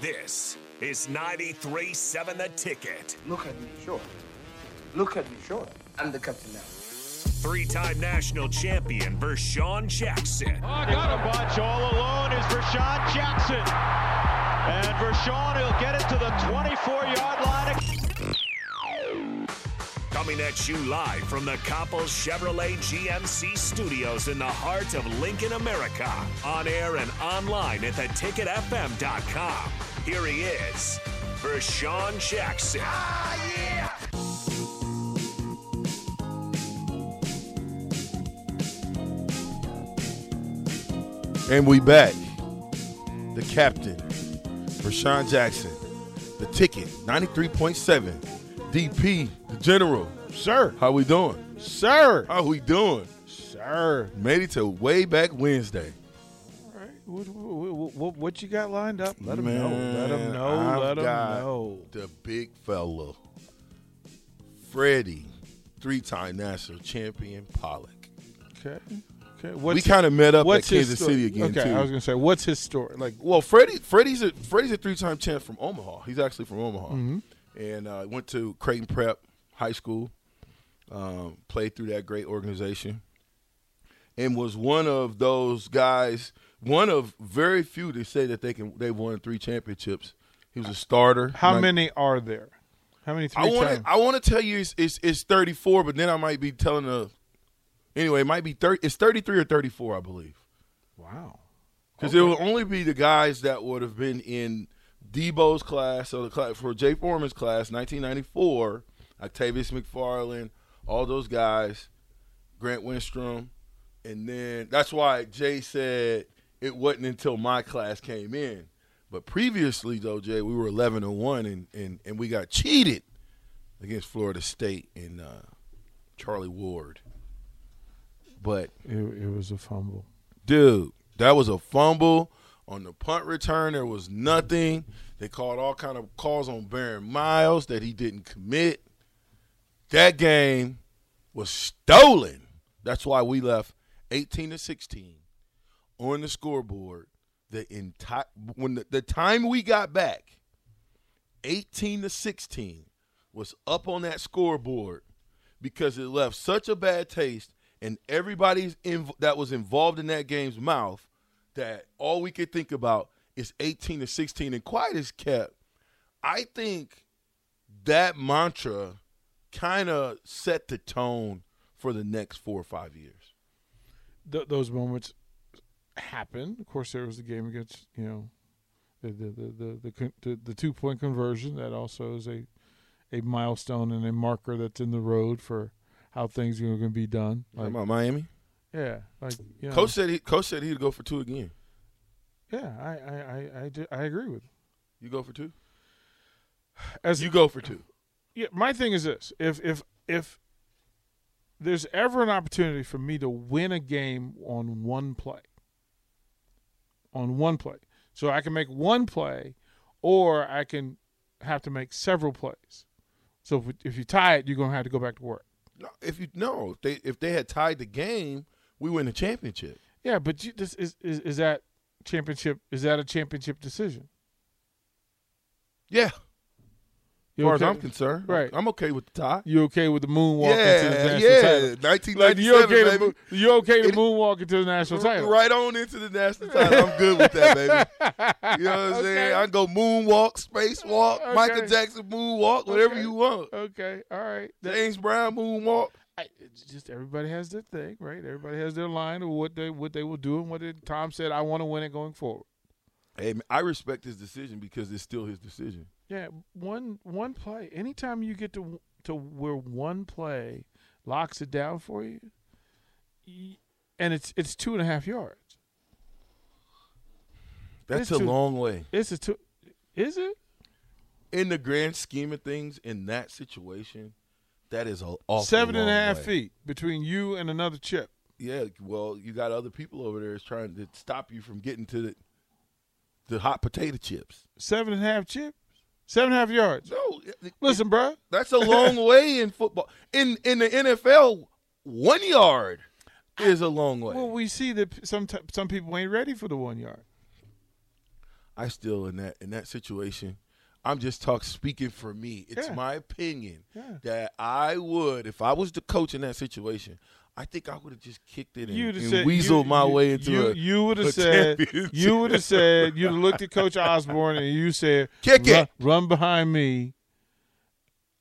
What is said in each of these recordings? This is 93.7 The Ticket. Look at me, sure. Look at me, sure. I'm the captain now. Three time national champion Vershawn Jackson. Oh, got him. Bunch all alone is Rashawn Jackson. And Rashawn, he'll get it to the 24-yard line. Coming at you live from the Coppels Chevrolet GMC studios in the heart of Lincoln, America. On air and online at theticketfm.com. Here he is, Vershawn Jackson. And we back. The captain, Rashawn Jackson. The ticket, 93.7. DP, the general. Sir, How we doing? sir, How we doing? sir. Made it to way back Wednesday. All right. What, what, what, what you got lined up? Let him Man, know. Let him know. I've Let him got know. The big fella, Freddie, three-time national champion Pollock. Okay. Okay. What's, we kind of met up at what's his Kansas story? City again Okay. too. I was gonna say, what's his story? Like, well, Freddie, Freddie's a Freddie's a three-time champ from Omaha. He's actually from Omaha, Mm-hmm. and uh, went to Creighton Prep High School. Um, played through that great organization, and was one of those guys, one of very few to say that they can they won three championships. He was a starter. how None- many are there? How many three I want times? to. I want to tell you it's, it's it's 34, but then I might be telling a. Anyway, it might be 30. It's 33 or 34, I believe, wow. because it will only be the guys that would have been in Debo's class, so the class for Jay Foreman's class, 1994, Octavius McFarland, all those guys, Grant Winstrom, and then that's why Jay said it wasn't until my class came in. But previously, though, Jay, we were 11 and one, and and and we got cheated against Florida State and uh, Charlie Ward. But It, it was a fumble. dude, that was a fumble on the punt return. There was nothing. They called all kind of calls on Baron Miles that he didn't commit. That game was stolen. That's why we left 18 to 16 on the scoreboard. The entire when the, the time we got back, 18 to 16 was up on that scoreboard because it left such a bad taste in everybody's inv- that was involved in that game's mouth that all we could think about is 18 to 16 and quiet is kept. I think that mantra kind of set the tone for the next four or five years. Th- those moments happen. Of course, there was the game against you know the the the the, the, con- the, the two point conversion that also is a a milestone and a marker that's in the road for how things are going to be done. Like, about Miami? yeah, like you know, Coach said he, coach said he'd go for two again. Yeah, I I I I, do, I agree with. him. You go for two? As You go for two. yeah, my thing is this: if if if there's ever an opportunity for me to win a game on one play, on one play, so I can make one play, or I can have to make several plays. So if, we- if you tie it, you're gonna have to go back to work. No, if you no, if they if they had tied the game, we win the championship. Yeah, but you, this is, is is that championship? Is that a championship decision? Yeah, as You far as okay- I'm concerned, Right. I'm okay with the tie. You okay with the moonwalk into the Yeah, national yeah, title? nineteen Like ninety you okay to seven, mo- you okay to It- moonwalk into the national baby. title? Right on into the national title. I'm good with that, baby. You know what I'm saying? I can go moonwalk, spacewalk, Okay. Michael Jackson moonwalk, whatever Okay. you want. Okay. All right. That- James Brown moonwalk. I, it's just everybody has their thing, right? Everybody has their line of what they what they will do and what they, Tom said. I want to win it going forward. Hey, man, I respect his decision because it's still his decision. Yeah. One one play. Anytime you get to to where one play locks it down for you, y- and it's it's two and a half yards. That's It's a too- long way. It's a two. Is it? In the grand scheme of things, in that situation, that is a awful Seven and a long half way. feet between you and another chip. Yeah, well, you got other people over there that's trying to stop you from getting to the the hot potato chips. Seven and a half chip. Seven and a half yards. No, it- it- Listen, bruh. That's a long way in football. In in the NFL, one yard is a long way. Well, we see that p- some t- some people ain't ready for the one yard. I still in that in that situation. I'm just talk speaking for me. It's Yeah. my opinion Yeah. that I would, if I was the coach in that situation, I think I would have just kicked it and, You'd and have said weaseled you- my you- way into you, it. You would a have said. championship. You would have said. You'd have looked at Coach Osborne and you said, Kick run, it." run behind me.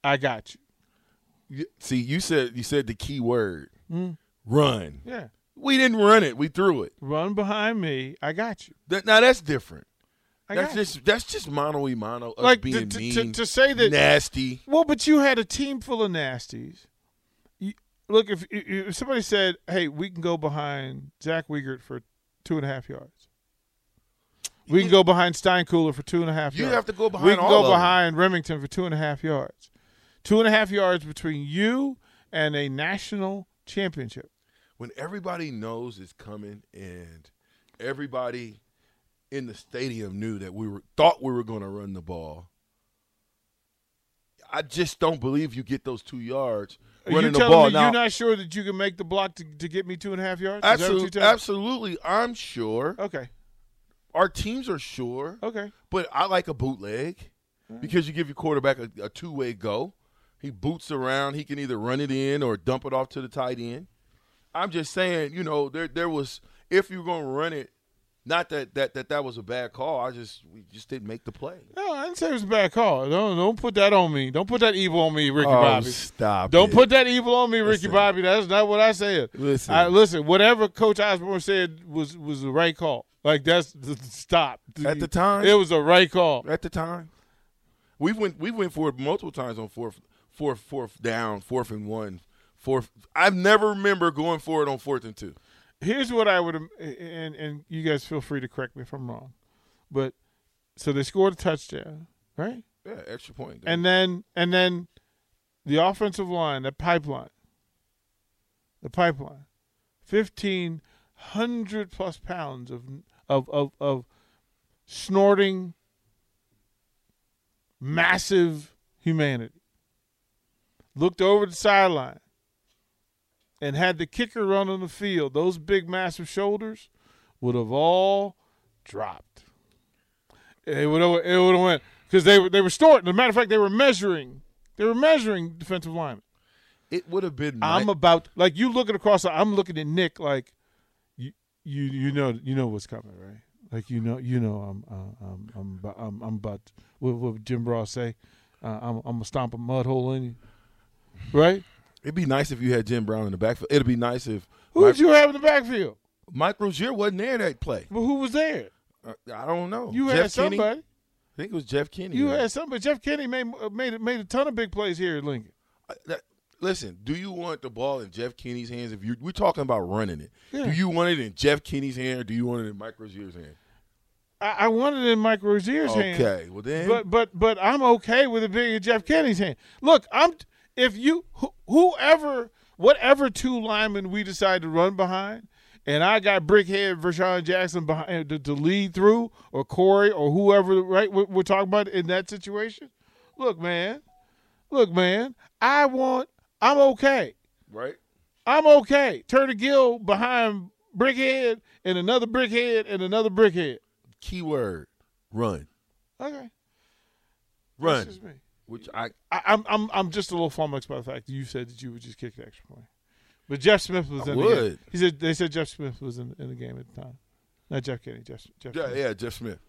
I got you." See, you said you said the key word, run. Yeah, We didn't run it. We threw it. run behind me. I got you. That, now that's different. I that's got you. just that's just mono e mono. us Like, being to- mean, to- to say that- nasty. Well, but you had a team full of nasties. You, look, if, if somebody said, "Hey, we can go behind Zach Wiegert for two and a half yards," we can go behind Steinkuhler for two and a half. You yards. have to go behind We can all of go them. behind Remington for two and a half yards. Two and a half yards between you and a national championship. When everybody knows it's coming, and everybody in the stadium knew that we were thought we were going to run the ball. I just don't believe you get those two yards Are running you the telling ball me now. you're not sure that you can make the block to, to get me two and a half yards? Is that what you're absolutely, telling me? absolutely, I'm sure Okay. our teams are sure. Okay. But I like a bootleg because you give your quarterback a, a two way go. He boots around. He can either run it in or dump it off to the tight end. I'm just saying, you know, there there was if you're going to run it, not that that that that was a bad call. I just we just didn't make the play. No, I didn't say it was a bad call. Don't don't put that on me. Don't put that evil on me, Ricky Oh, Bobby. stop Don't it. put that evil on me, Ricky Listen. Bobby. That's not what I said. Listen. I, listen. Whatever Coach Osborne said was was the right call. Like that's stop. At the time- it was a right call. At the time, we went we went for it multiple times on fourth fourth fourth down, fourth and one, fourth. I've never remember going for it on fourth and two. here's what I would and and you guys feel free to correct me if I'm wrong, but so they scored a touchdown, right? Yeah, extra point. And then and then the offensive line, the pipeline, the pipeline, fifteen hundred plus pounds of of of of snorting massive humanity looked over the sideline and had the kicker run on the field those big massive shoulders would have all dropped it would have it would have went because they were they were snorting. As a matter of fact, they were measuring. They were measuring defensive linemen. it would have been. I'm about like you looking across. the- I'm looking at Nick like you you you know you know what's coming, right? Like you know you know I'm uh, I'm I'm about, I'm, I'm about what, what Jim Ross say. Uh, I'm I'm gonna stomp a mud hole in you, right? It'd be nice if you had Jim Brown in the backfield. It'd be nice if Who Mike, did you have in the backfield? Mike Rozier wasn't there that play. But who was there? Uh, I don't know. You Jeff had Kenny? somebody. I think it was Jeff Kenny. You right? had somebody. Jeff Kenny made made made a ton of big plays here at Lincoln. I- that- listen, do you want the ball in Jeff Kenny's hands? If you we're talking about running it, Yeah. do you want it in Jeff Kenny's hand or do you want it in Mike Rozier's hand? I, I wanted it in Mike Rozier's hand. Okay, well then, But but but I'm okay with it being in Jeff Kenny's hand. Look, I'm if you who- whoever whatever two linemen we decide to run behind, and I got Brickhead Vershawn Jackson behind eh, to, to lead through, or Corey or whoever. Right, we're, we're talking about in that situation. Look, man, look, man. I want. I'm okay. right? I'm okay. Turner Gill behind Brickhead and another Brickhead and another Brickhead. Keyword: run, Okay, that's run. just me. Which I I, I'm I'm I'm just a little flummoxed by the fact that you said that you would just kick the extra point. But Jeff Smith was I in the would. game. He said they said Jeff Smith was in, in the game at the time. Not Jeff Kenny, Jeff Jeff. Yeah, Smith. yeah, Jeff Smith.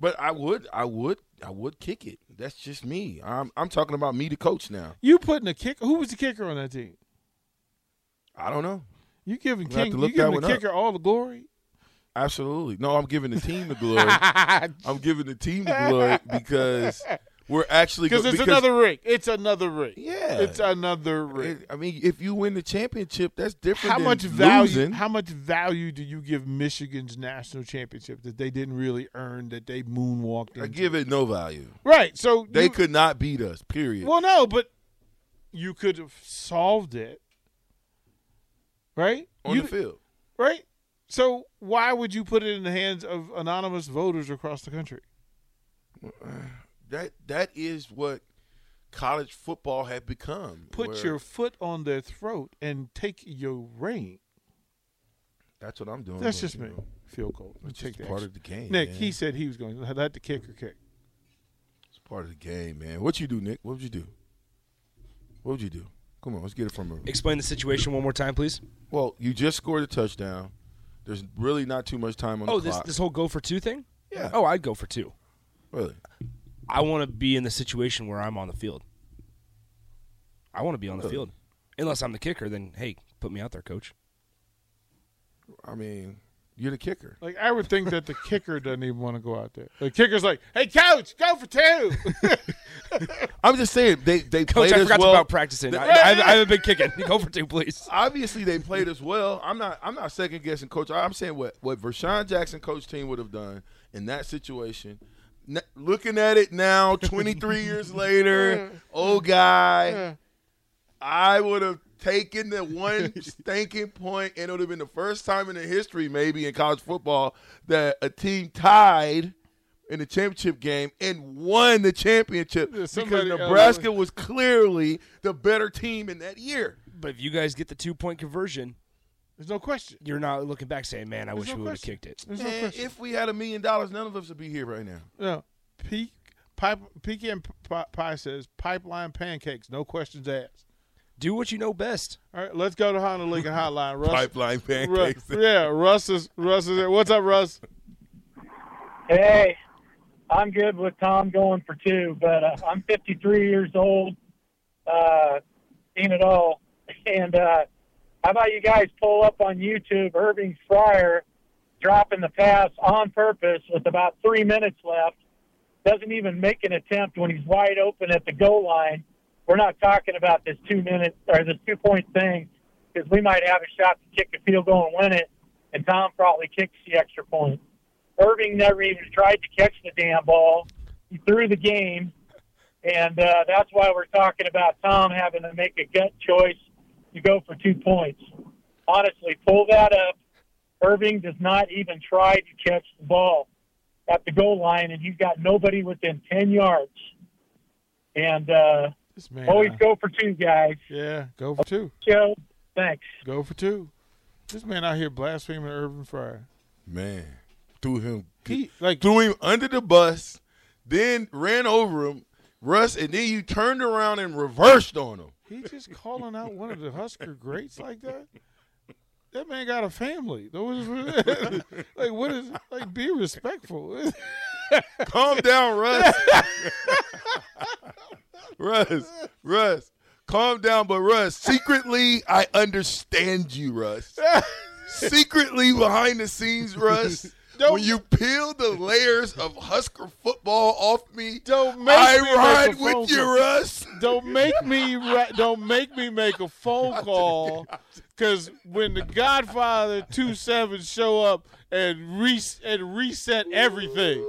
But I would, I would, I would kick it. That's just me. I'm, I'm talking about me, the coach now. You putting a kick who was the kicker on that team? I don't know. You giving We'll have King to you look that giving one the up. kicker all the glory? Absolutely. No, I'm giving the team the glory. I'm giving the team the glory because we're actually Because it's another ring. It's another ring. Yeah. It's another ring. I mean, if you win the championship, that's different. how than much value losing. how much value do you give Michigan's national championship that they didn't really earn that they moonwalked into? I give it no value. right. So They you- could not beat us. Period. Well, no, but you could have solved it, right? on You- the field, right? So why would you put it in the hands of anonymous voters across the country? that that is what college football had become. Put where- your foot on their throat and take your reign. That's what I'm doing. That's but, just Oh, you me. know. field goal. You It's take just the part extra. of the game, Nick, man. he said he was going to let the kicker kick. It's part of the game, man. What you do, Nick? What would you do? What would you do? Come on, let's get it from a. Explain the situation one more time, please. Well, you just scored a touchdown. There's really not too much time on Oh, the this clock. this whole go for two thing. Yeah. Oh, I'd go for two. really? I want to be in the situation where I'm on the field. I want to be on the field. Unless I'm the kicker, then hey, put me out there, coach. I mean, you're the kicker. Like I would think that the kicker doesn't even want to go out there. The kicker's like, "Hey, coach, go for two. I'm just saying they they Coach, played I as forgot well. about practicing. I, I, haven't- I haven't been kicking. go for two, please. Obviously, they played as well. I'm not. I'm not second guessing, coach. I'm saying what what Vershawn Jackson coach team would have done in that situation. N- looking at it now, 23 years later, Hmm. old guy, I would have taken the one stinking point, and it would have been the first time in the history, maybe in college football, that a team tied in the championship game and won the championship because somebody- uh, Nebraska was clearly the better team in that year. But if you guys get the two point conversion, There's no question. you're not looking back saying, "Man, I wish no we would have question. kicked it." There's no Man, question. if we had a million dollars, none of us would be here right now. No. Peak, pipe, pecan pie, pie says pipeline pancakes. No questions asked. Do what you know best. All right, let's go to Honolulu Hotline. Russ, Pipeline Ru- pancakes. yeah, Russ is Russ is there. What's up, Russ? Hey, I'm good with Tom going for two, but uh, I'm 53 years old, uh, seen it all. And uh, how about you guys pull up on YouTube Irving Fryer dropping the pass on purpose with about three minutes left? Doesn't even make an attempt when he's wide open at the goal line. We're not talking about this two minute or this two point thing because we might have a shot to kick a field goal and win it, and Tom probably kicks the extra point. Irving never even tried to catch the damn ball. He threw the game, and uh, that's why we're talking about Tom having to make a gut choice to go for two points. Honestly, pull that up. Irving does not even try to catch the ball at the goal line, and he's got nobody within 10 yards. And uh, This man. always go for two, guys. yeah, go for two. Joe, thanks. Go for two. This man out here blaspheming Urban Fryer. Man, threw him, He like threw him under the bus, then ran over him, Russ, and then you turned around and reversed on him. he just calling out one of the Husker greats like that. That man got a family. Those- like what is like be respectful. Calm down, Russ. Russ, Russ, calm down. But Russ, secretly, I understand you, Russ. secretly, behind the scenes, Russ. Don't- when you peel the layers of Husker football off me, Don't make I me make ride a phone with you, call. Russ. don't make me ra- don't make me make a phone call because when the Godfather two seven show up and re- and reset everything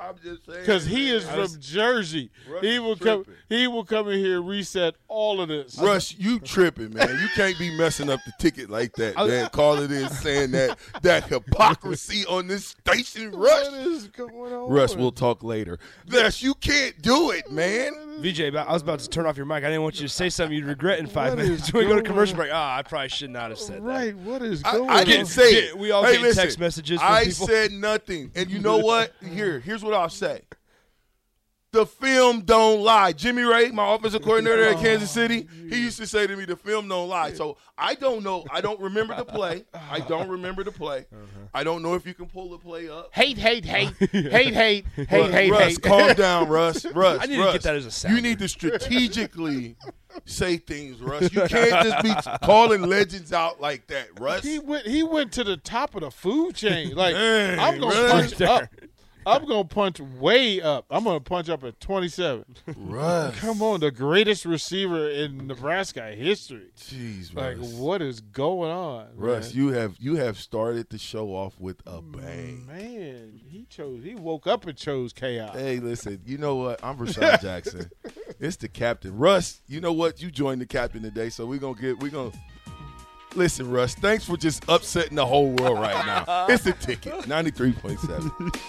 I'm just saying. because he is man. from Jersey, Russ he is will come tripping. he will come in here and reset all of this. Russ, you tripping, man. You can't be messing up the ticket like that, Oh, man. Calling in saying that that hypocrisy on this station, Russ. What is going on? Russ, we'll talk later. Russ, you can't do it, man. VJ, about- I was about to turn off your mic. I didn't want you to say something you'd regret in five What minutes. is We go to going commercial on? break. Ah, I probably should not have said that. right? What is I, going? I on? didn't say it. We all hey, get listen, text messages from I people. said nothing, and you know what? Here, here's what I'll say. The film don't lie. Jimmy Ray, my offensive coordinator Oh, at Kansas City, he used to say to me, "The film don't lie." So I don't know. I don't remember the play. I don't remember the play. Uh-huh. I don't know if you can pull the play up. Hate, hate, hate, hate, hate, hate, Russ, hate, Russ, hate. calm down, Russ. Russ, I need to Russ. get that as a You sounder. need to strategically say things, Russ. You can't just be calling legends out like that, Russ. He went. He went to the top of the food chain. Like Dang, I'm gonna Russ. punch up. I'm gonna punch way up. I'm gonna punch up at 27. Russ, Come on, the greatest receiver in Nebraska history. jeez, Like, Russ. what is going on, Russ, you have you have started the show off with a bang. Mm, Man, he chose. He woke up and chose chaos. Hey, listen, you know what? I'm Rashawn Jackson. It's the captain. Russ, you know what? You joined the captain today, so we're gonna get we're gonna Listen, Russ, thanks for just upsetting the whole world right now. It's the ticket. 93.7.